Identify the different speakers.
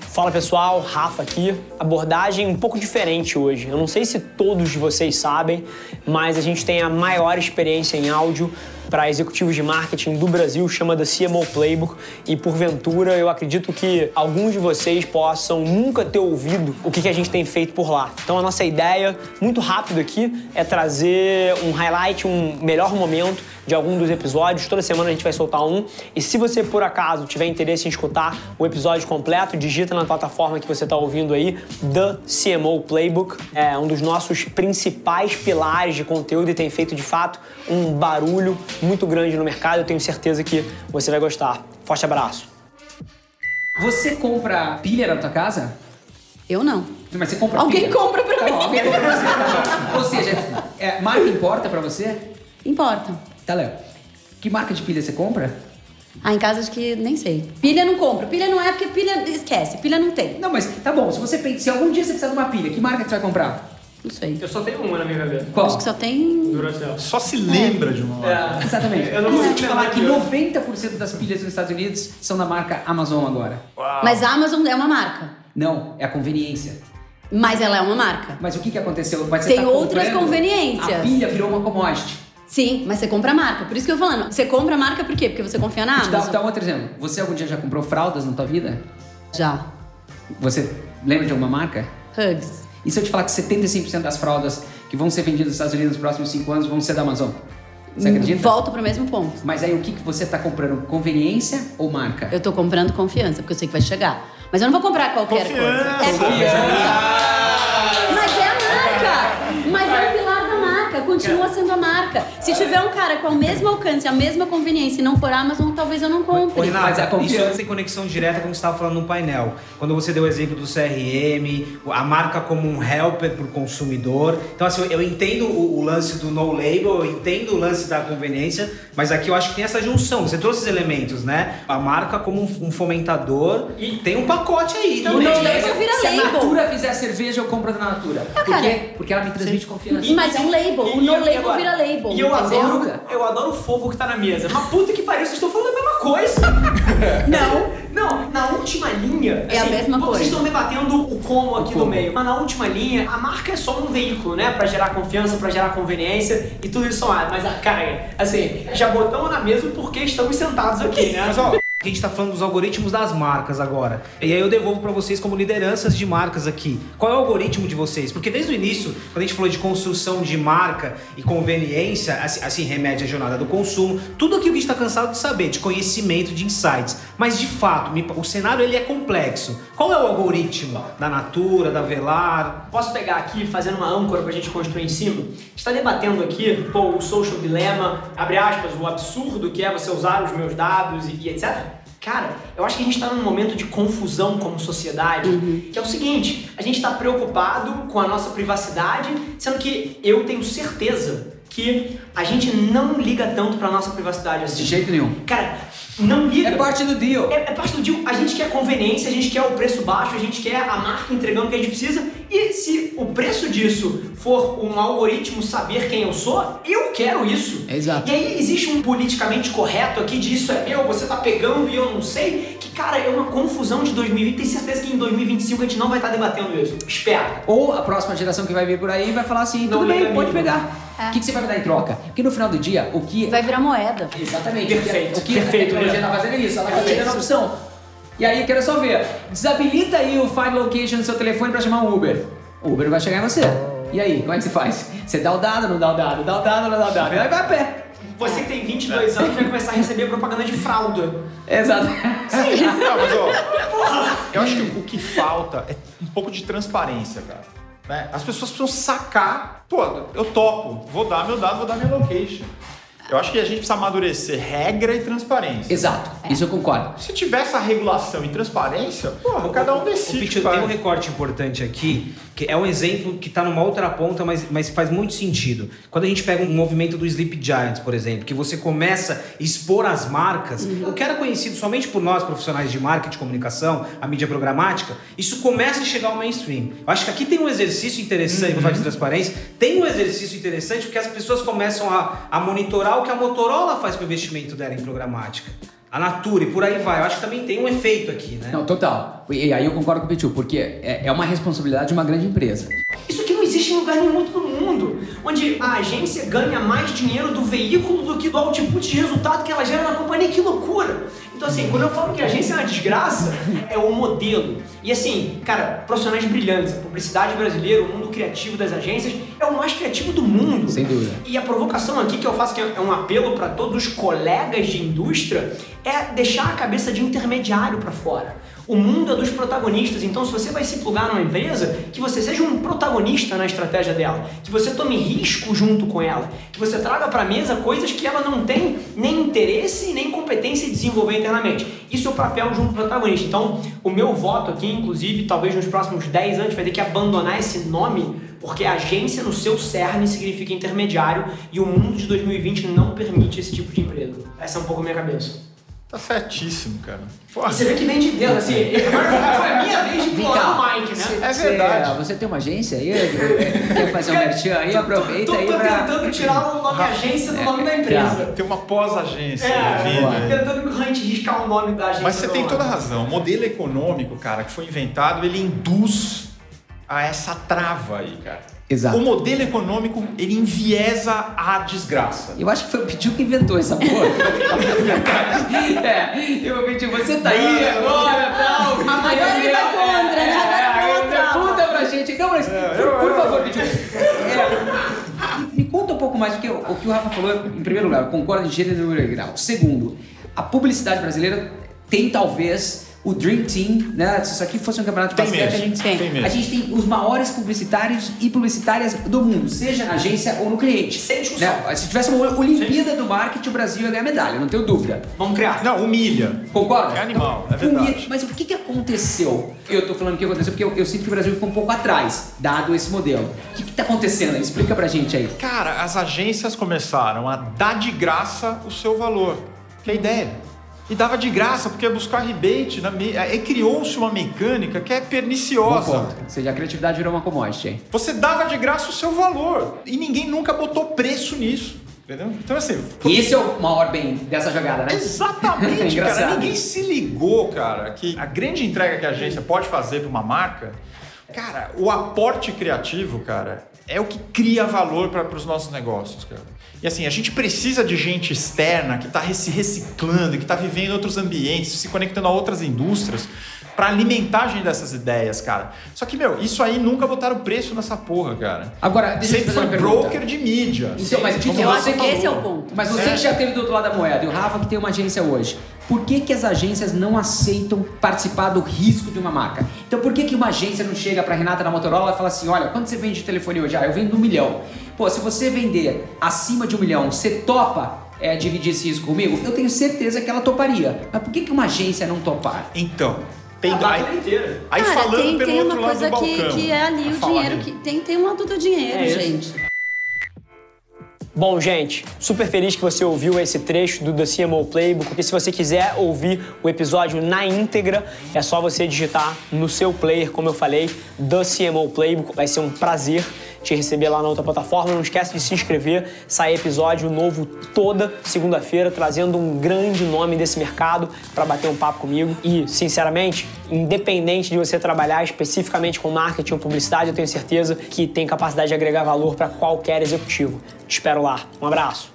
Speaker 1: Fala pessoal, Rafa aqui. Abordagem um pouco diferente hoje. Eu não sei se todos de vocês sabem, mas a gente tem a maior experiência em áudio para executivos de marketing do Brasil, chamada CMO Playbook, e porventura eu acredito que alguns de vocês possam nunca ter ouvido o que que a gente tem feito por lá. Então a nossa ideia, muito rápido aqui, é trazer um highlight, um melhor momento de algum dos episódios. Toda semana a gente vai soltar um. E se você por acaso tiver interesse em escutar o episódio completo, digita na plataforma que você está ouvindo aí, The CMO Playbook. É um dos nossos principais pilares de conteúdo e tem feito de fato um barulho muito grande no mercado. Eu tenho certeza que você vai gostar. Forte abraço.
Speaker 2: Você compra pilha na tua casa?
Speaker 3: Eu não.
Speaker 2: Mas você compra
Speaker 3: Alguém
Speaker 2: pilha?
Speaker 3: compra pra
Speaker 2: Tá bom,
Speaker 3: mim.
Speaker 2: alguém compra pra você, tá bom. Ou seja, é, marca importa pra você?
Speaker 3: Importa.
Speaker 2: Tá, Léo. Que marca de pilha você compra?
Speaker 3: Ah, em casa acho que nem sei. Pilha não compro. Pilha não é porque pilha. Esquece, pilha não tem.
Speaker 2: Não, mas tá bom, se você pen- se algum dia você precisar de uma pilha, que marca que você vai comprar?
Speaker 3: Não sei.
Speaker 4: Eu só tenho uma na minha cabeça.
Speaker 2: Qual? É,
Speaker 3: Acho que só tem.
Speaker 4: Duracell.
Speaker 5: Só se lembra de uma hora.
Speaker 2: Exatamente.
Speaker 4: Eu não é
Speaker 2: e se eu
Speaker 4: vou
Speaker 2: te
Speaker 4: lembrar
Speaker 2: falar que
Speaker 4: de outra.
Speaker 2: 90% das pilhas nos Estados Unidos são da marca Amazon agora?
Speaker 3: Mas a Amazon é uma marca.
Speaker 2: Não, é a conveniência.
Speaker 3: Mas ela é uma marca.
Speaker 2: Mas o que que aconteceu? Mas você
Speaker 3: Tem
Speaker 2: tá
Speaker 3: outras
Speaker 2: comprando,
Speaker 3: conveniências.
Speaker 2: A pilha virou uma commodity.
Speaker 3: Sim, mas você compra a marca. Por isso que eu tô falando. Você compra a marca por quê? Porque você confia na
Speaker 2: Te dá,
Speaker 3: Amazon.
Speaker 2: dá um outro exemplo. Você algum dia já comprou fraldas na tua vida?
Speaker 3: Já.
Speaker 2: Você lembra de alguma marca?
Speaker 3: Hugs.
Speaker 2: E se eu te falar que 75% das fraldas que vão ser vendidas nos Estados Unidos nos próximos 5 anos vão ser da Amazon? Você
Speaker 3: Hum,
Speaker 2: acredita?
Speaker 3: Volto pro mesmo ponto.
Speaker 2: Mas aí o que, que você está comprando? Conveniência ou marca?
Speaker 3: Eu tô comprando confiança, porque eu sei que vai chegar. Mas eu não vou comprar qualquer
Speaker 5: Confiança.
Speaker 3: coisa. É confiança. Mas é a marca. Mas é o pilar da marca. Continua sendo a marca. Se tiver um cara com o mesmo alcance, a mesma conveniência e não for Amazon, talvez eu não
Speaker 6: Ô,
Speaker 3: compre.
Speaker 2: Mas a
Speaker 6: Renata,
Speaker 2: confiança-
Speaker 6: isso tem conexão direta com o que você estava falando no painel. Quando você deu o exemplo do CRM, a marca como um helper para o consumidor. Então, assim, eu entendo o, o lance do no label, eu entendo o lance da conveniência, mas aqui eu acho que tem essa junção. Você trouxe os elementos, né? A marca como um, um fomentador e tem um pacote aí
Speaker 2: Não,
Speaker 6: também.
Speaker 2: não,
Speaker 3: label
Speaker 2: mas
Speaker 3: vira
Speaker 2: se a
Speaker 3: label. Ah,
Speaker 2: Natura fizer cerveja, eu compro da Natura. Por
Speaker 3: cara.
Speaker 2: quê? Porque ela me transmite confiança.
Speaker 3: Mas é um label. O no label vira label.
Speaker 4: E eu
Speaker 3: entendeu?
Speaker 4: adoro, eu adoro o fogo que tá na mesa. Mas puta que pariu, vocês estão falando a mesma coisa. não, não. Na última linha... assim,
Speaker 3: É a mesma
Speaker 4: vocês
Speaker 3: coisa.
Speaker 4: estão debatendo o como aqui
Speaker 2: como.
Speaker 4: no meio. Mas na última linha, a marca é só um veículo, né? Pra gerar confiança, pra gerar conveniência e tudo isso somado. Mas, ah, cara, assim, já botamos na mesa porque estamos sentados aqui, né?
Speaker 6: Mas ó, a gente tá falando dos algoritmos das marcas agora. E aí eu devolvo pra vocês como lideranças de marcas aqui. Qual é o algoritmo de vocês? Porque desde o início, quando a gente falou de construção de marca e conveniência, assim, assim remete à jornada do consumo, tudo aquilo que a gente tá cansado de saber, de conhecimento, de insights. Mas de fato, me- o cenário ele é complexo. Qual é o algoritmo da Natura, da Velar?
Speaker 4: Posso pegar aqui, fazendo uma âncora pra gente construir em cima? A gente tá debatendo aqui, pô, o social dilema, abre aspas, o absurdo que é você usar os meus dados e, e etc. Cara, eu acho que a gente tá num momento de confusão como sociedade, que é o seguinte, a gente tá preocupado com a nossa privacidade, sendo que eu tenho certeza que a gente não liga tanto pra nossa privacidade assim.
Speaker 2: De jeito nenhum.
Speaker 4: Cara, não liga.
Speaker 2: É parte do deal.
Speaker 4: É, é parte do deal. A gente quer conveniência, a gente quer o preço baixo, a gente quer a marca entregando o que a gente precisa. E se o preço disso for um algoritmo saber quem eu sou, eu quero isso.
Speaker 2: Exato.
Speaker 4: E aí existe um politicamente correto aqui de isso é meu, você tá pegando e eu não sei. Que, cara, é uma confusão de 2020. Tenho certeza que em 2025 a gente não vai estar debatendo isso. Espera.
Speaker 2: Ou a próxima geração que vai vir por aí vai falar assim,
Speaker 4: Não
Speaker 2: tudo
Speaker 4: liga
Speaker 2: bem, pode
Speaker 4: mesmo.
Speaker 2: pegar.
Speaker 3: É.
Speaker 2: O que, que você vai me dar em troca? Porque no final do dia, o que...
Speaker 3: Vai virar moeda.
Speaker 2: Exatamente.
Speaker 4: Perfeito,
Speaker 2: O que
Speaker 4: perfeito,
Speaker 2: a tecnologia
Speaker 4: né?
Speaker 2: tá fazendo é isso, ela tá
Speaker 4: Perfeito.
Speaker 2: te dando a opção. E aí, eu quero só ver, desabilita aí o Find Location no seu telefone pra chamar um Uber. O Uber vai chegar em você. E aí, como é que você faz? Você dá o dado, não dá o dado, dá o dado, não dá o dado, e aí vai a pé.
Speaker 4: Você que tem 22 anos vai começar a receber propaganda de fralda.
Speaker 2: Exato.
Speaker 5: Não, mas ó, eu acho que o que falta é um pouco de transparência, cara. né? As pessoas precisam sacar, pô, eu topo, vou dar meu dado, vou dar minha location. Eu acho que a gente precisa amadurecer regra e transparência.
Speaker 2: Exato,
Speaker 4: É.
Speaker 2: isso eu concordo.
Speaker 5: Se tiver essa regulação e transparência, porra, cada um
Speaker 6: O
Speaker 5: decide.
Speaker 6: Pitch,
Speaker 5: o que
Speaker 6: eu tenho um
Speaker 5: faz.
Speaker 6: recorte importante aqui, que é um exemplo que tá numa outra ponta, mas, mas faz muito sentido. Quando a gente pega um movimento do Sleep Giants, por exemplo, que você começa a expor as marcas, o que era conhecido somente por nós, profissionais de marketing, comunicação, a mídia programática, isso começa a chegar ao mainstream. Eu acho que aqui tem um exercício interessante, vou falar de transparência, tem um exercício interessante porque as pessoas começam a, a monitorar o que a Motorola faz com o investimento dela em programática. a Natura e por aí vai. Eu acho que também tem um efeito aqui, né?
Speaker 2: Não, total. E aí eu concordo com o Pichu, porque é, é uma responsabilidade de uma grande empresa.
Speaker 4: Isso que não existe em lugar nenhum do mundo, onde a agência ganha mais dinheiro do veículo do que do output de resultado que ela gera na companhia. Que loucura! Então, assim, quando eu falo que a agência é uma desgraça, é o modelo. E, assim, cara, profissionais brilhantes, a publicidade brasileira, o mundo criativo das agências, é o mais criativo do mundo.
Speaker 2: Sem dúvida.
Speaker 4: E a provocação aqui que eu faço, que é um apelo para todos os colegas de indústria, é deixar a cabeça de intermediário para fora. O mundo é dos protagonistas, então se você vai se plugar numa empresa, que você seja um protagonista na estratégia dela, que você tome risco junto com ela, que você traga para mesa coisas que ela não tem nem interesse nem competência em desenvolver internamente. Isso é o papel de um protagonista. Então, o meu voto aqui, inclusive, talvez nos próximos 10 anos, vai ter que abandonar esse nome porque a agência no seu cerne significa intermediário e o mundo de 2020 não permite esse tipo de emprego. Essa é um pouco a minha cabeça.
Speaker 5: Tá certíssimo, cara.
Speaker 4: E você vê que vem de dentro, assim. Agora foi a minha vez de
Speaker 2: Vem
Speaker 4: implorar
Speaker 2: cá.
Speaker 4: o Mike, né?
Speaker 5: É
Speaker 2: Você-
Speaker 5: verdade.
Speaker 2: Você tem uma agência aí? Quer fazer um merchan aí? Aproveita
Speaker 4: tô,
Speaker 2: aí
Speaker 4: tô
Speaker 2: pra... é.
Speaker 4: tentando tirar o nome agência do nome da empresa.
Speaker 5: Tem uma pós-agência na
Speaker 4: É,
Speaker 5: vida.
Speaker 4: tentando corrente riscar o nome da agência.
Speaker 5: Mas você
Speaker 4: do
Speaker 5: tem
Speaker 4: nome.
Speaker 5: toda a razão. O modelo econômico, cara, que foi inventado, ele induz a essa trava aí, cara.
Speaker 2: Exato.
Speaker 5: O modelo econômico, ele enviesa a desgraça.
Speaker 2: Eu acho que foi o Pichu que inventou essa porra. é, eu pedi, você tá aí agora, tal. Agora
Speaker 3: ele tá contra, né? Agora ele tá contra.
Speaker 2: Conta pra gente. Então, mas, por, por favor, Pichu. É, me- me conta um pouco mais, porque o, o que o Rafa falou, eu, em primeiro lugar, eu concordo em gênero e número e grau. Segundo, a publicidade brasileira tem talvez o Dream Team, né? Se isso aqui fosse um campeonato de
Speaker 5: Tem
Speaker 2: basquete,
Speaker 5: mesmo,
Speaker 2: a gente tem.
Speaker 5: tem mesmo.
Speaker 2: A gente tem os maiores publicitários e publicitárias do mundo, seja na agência ou no cliente.
Speaker 4: Sem discussão.
Speaker 2: Né? Se tivesse uma Olimpíada do marketing, o Brasil ia ganhar medalha, não tenho dúvida.
Speaker 4: Vamos criar.
Speaker 5: Não, humilha.
Speaker 2: Concorda?
Speaker 5: É animal, é
Speaker 2: Então,
Speaker 5: verdade.
Speaker 2: comia- Mas o que, que aconteceu? Eu tô falando o que aconteceu porque eu, eu sinto que o Brasil ficou um pouco atrás, dado esse modelo. O que, que tá acontecendo? aí? Explica pra gente aí.
Speaker 5: Cara, as agências começaram a dar de graça o seu valor, que é a ideia. E dava de graça porque ia buscar rebate. Na me... Aí criou-se uma mecânica que é
Speaker 2: Bom
Speaker 5: perniciosa.
Speaker 2: ponto. Ou seja, a criatividade virou uma commodity, hein?
Speaker 5: Você dava de graça o seu valor. E ninguém nunca botou preço nisso. Entendeu? Então, assim,
Speaker 2: E esse é o maior bem dessa jogada, né?
Speaker 5: Exatamente, cara.
Speaker 2: Engraçado.
Speaker 5: Ninguém se ligou, cara, que a grande entrega que a agência pode fazer para uma marca, cara, o aporte criativo, cara, é o que cria valor para os nossos negócios, cara. E assim, a gente precisa de gente externa que está se reciclando, que está vivendo em outros ambientes, se conectando a outras indústrias, para alimentar a gente dessas ideias, cara. Só que, meu, isso aí nunca botaram preço nessa porra, cara.
Speaker 2: Agora, deixa eu te
Speaker 5: Sempre
Speaker 2: fazer
Speaker 5: foi
Speaker 2: uma pergunta.
Speaker 5: broker de mídia.
Speaker 2: Então, mas Tito,
Speaker 3: Eu
Speaker 2: você
Speaker 3: acho que
Speaker 2: falou.
Speaker 3: esse é o ponto.
Speaker 2: Mas você que já teve do outro lado da moeda, e o Rafa que tem uma agência hoje, por que, que as agências não aceitam participar do risco de uma marca? Então por que, que uma agência não chega pra Renata da Motorola e fala assim, olha, quando você vende telefone hoje? Ah, eu vendo um milhão. Pô, se você vender acima de um milhão, você topa é, dividir esse risco comigo? Eu tenho certeza que ela toparia. Mas por que, que uma agência não topar?
Speaker 5: Então, tem
Speaker 4: A
Speaker 5: aí-
Speaker 4: máquina inteira.
Speaker 5: Aí
Speaker 3: Cara,
Speaker 5: falando
Speaker 3: tem,
Speaker 5: pelo
Speaker 3: tem
Speaker 5: outro
Speaker 3: uma
Speaker 5: lado
Speaker 3: coisa
Speaker 5: do balcão.
Speaker 3: que, que é ali
Speaker 5: A
Speaker 3: o
Speaker 5: fala
Speaker 3: dinheiro.
Speaker 5: dele.
Speaker 3: Que tem, tem um lado do dinheiro,
Speaker 4: É isso.
Speaker 3: gente.
Speaker 1: Bom, gente, super feliz que você ouviu esse trecho do The CMO Playbook, porque se você quiser ouvir o episódio na íntegra, é só você digitar no seu player, como eu falei, The CMO Playbook. Vai ser um prazer te receber lá na outra plataforma. Não esquece de se inscrever, sai episódio novo toda segunda-feira, trazendo um grande nome desse mercado para bater um papo comigo. E, sinceramente, independente de você trabalhar especificamente com marketing ou publicidade, eu tenho certeza que tem capacidade de agregar valor para qualquer executivo. Te espero lá. Um abraço.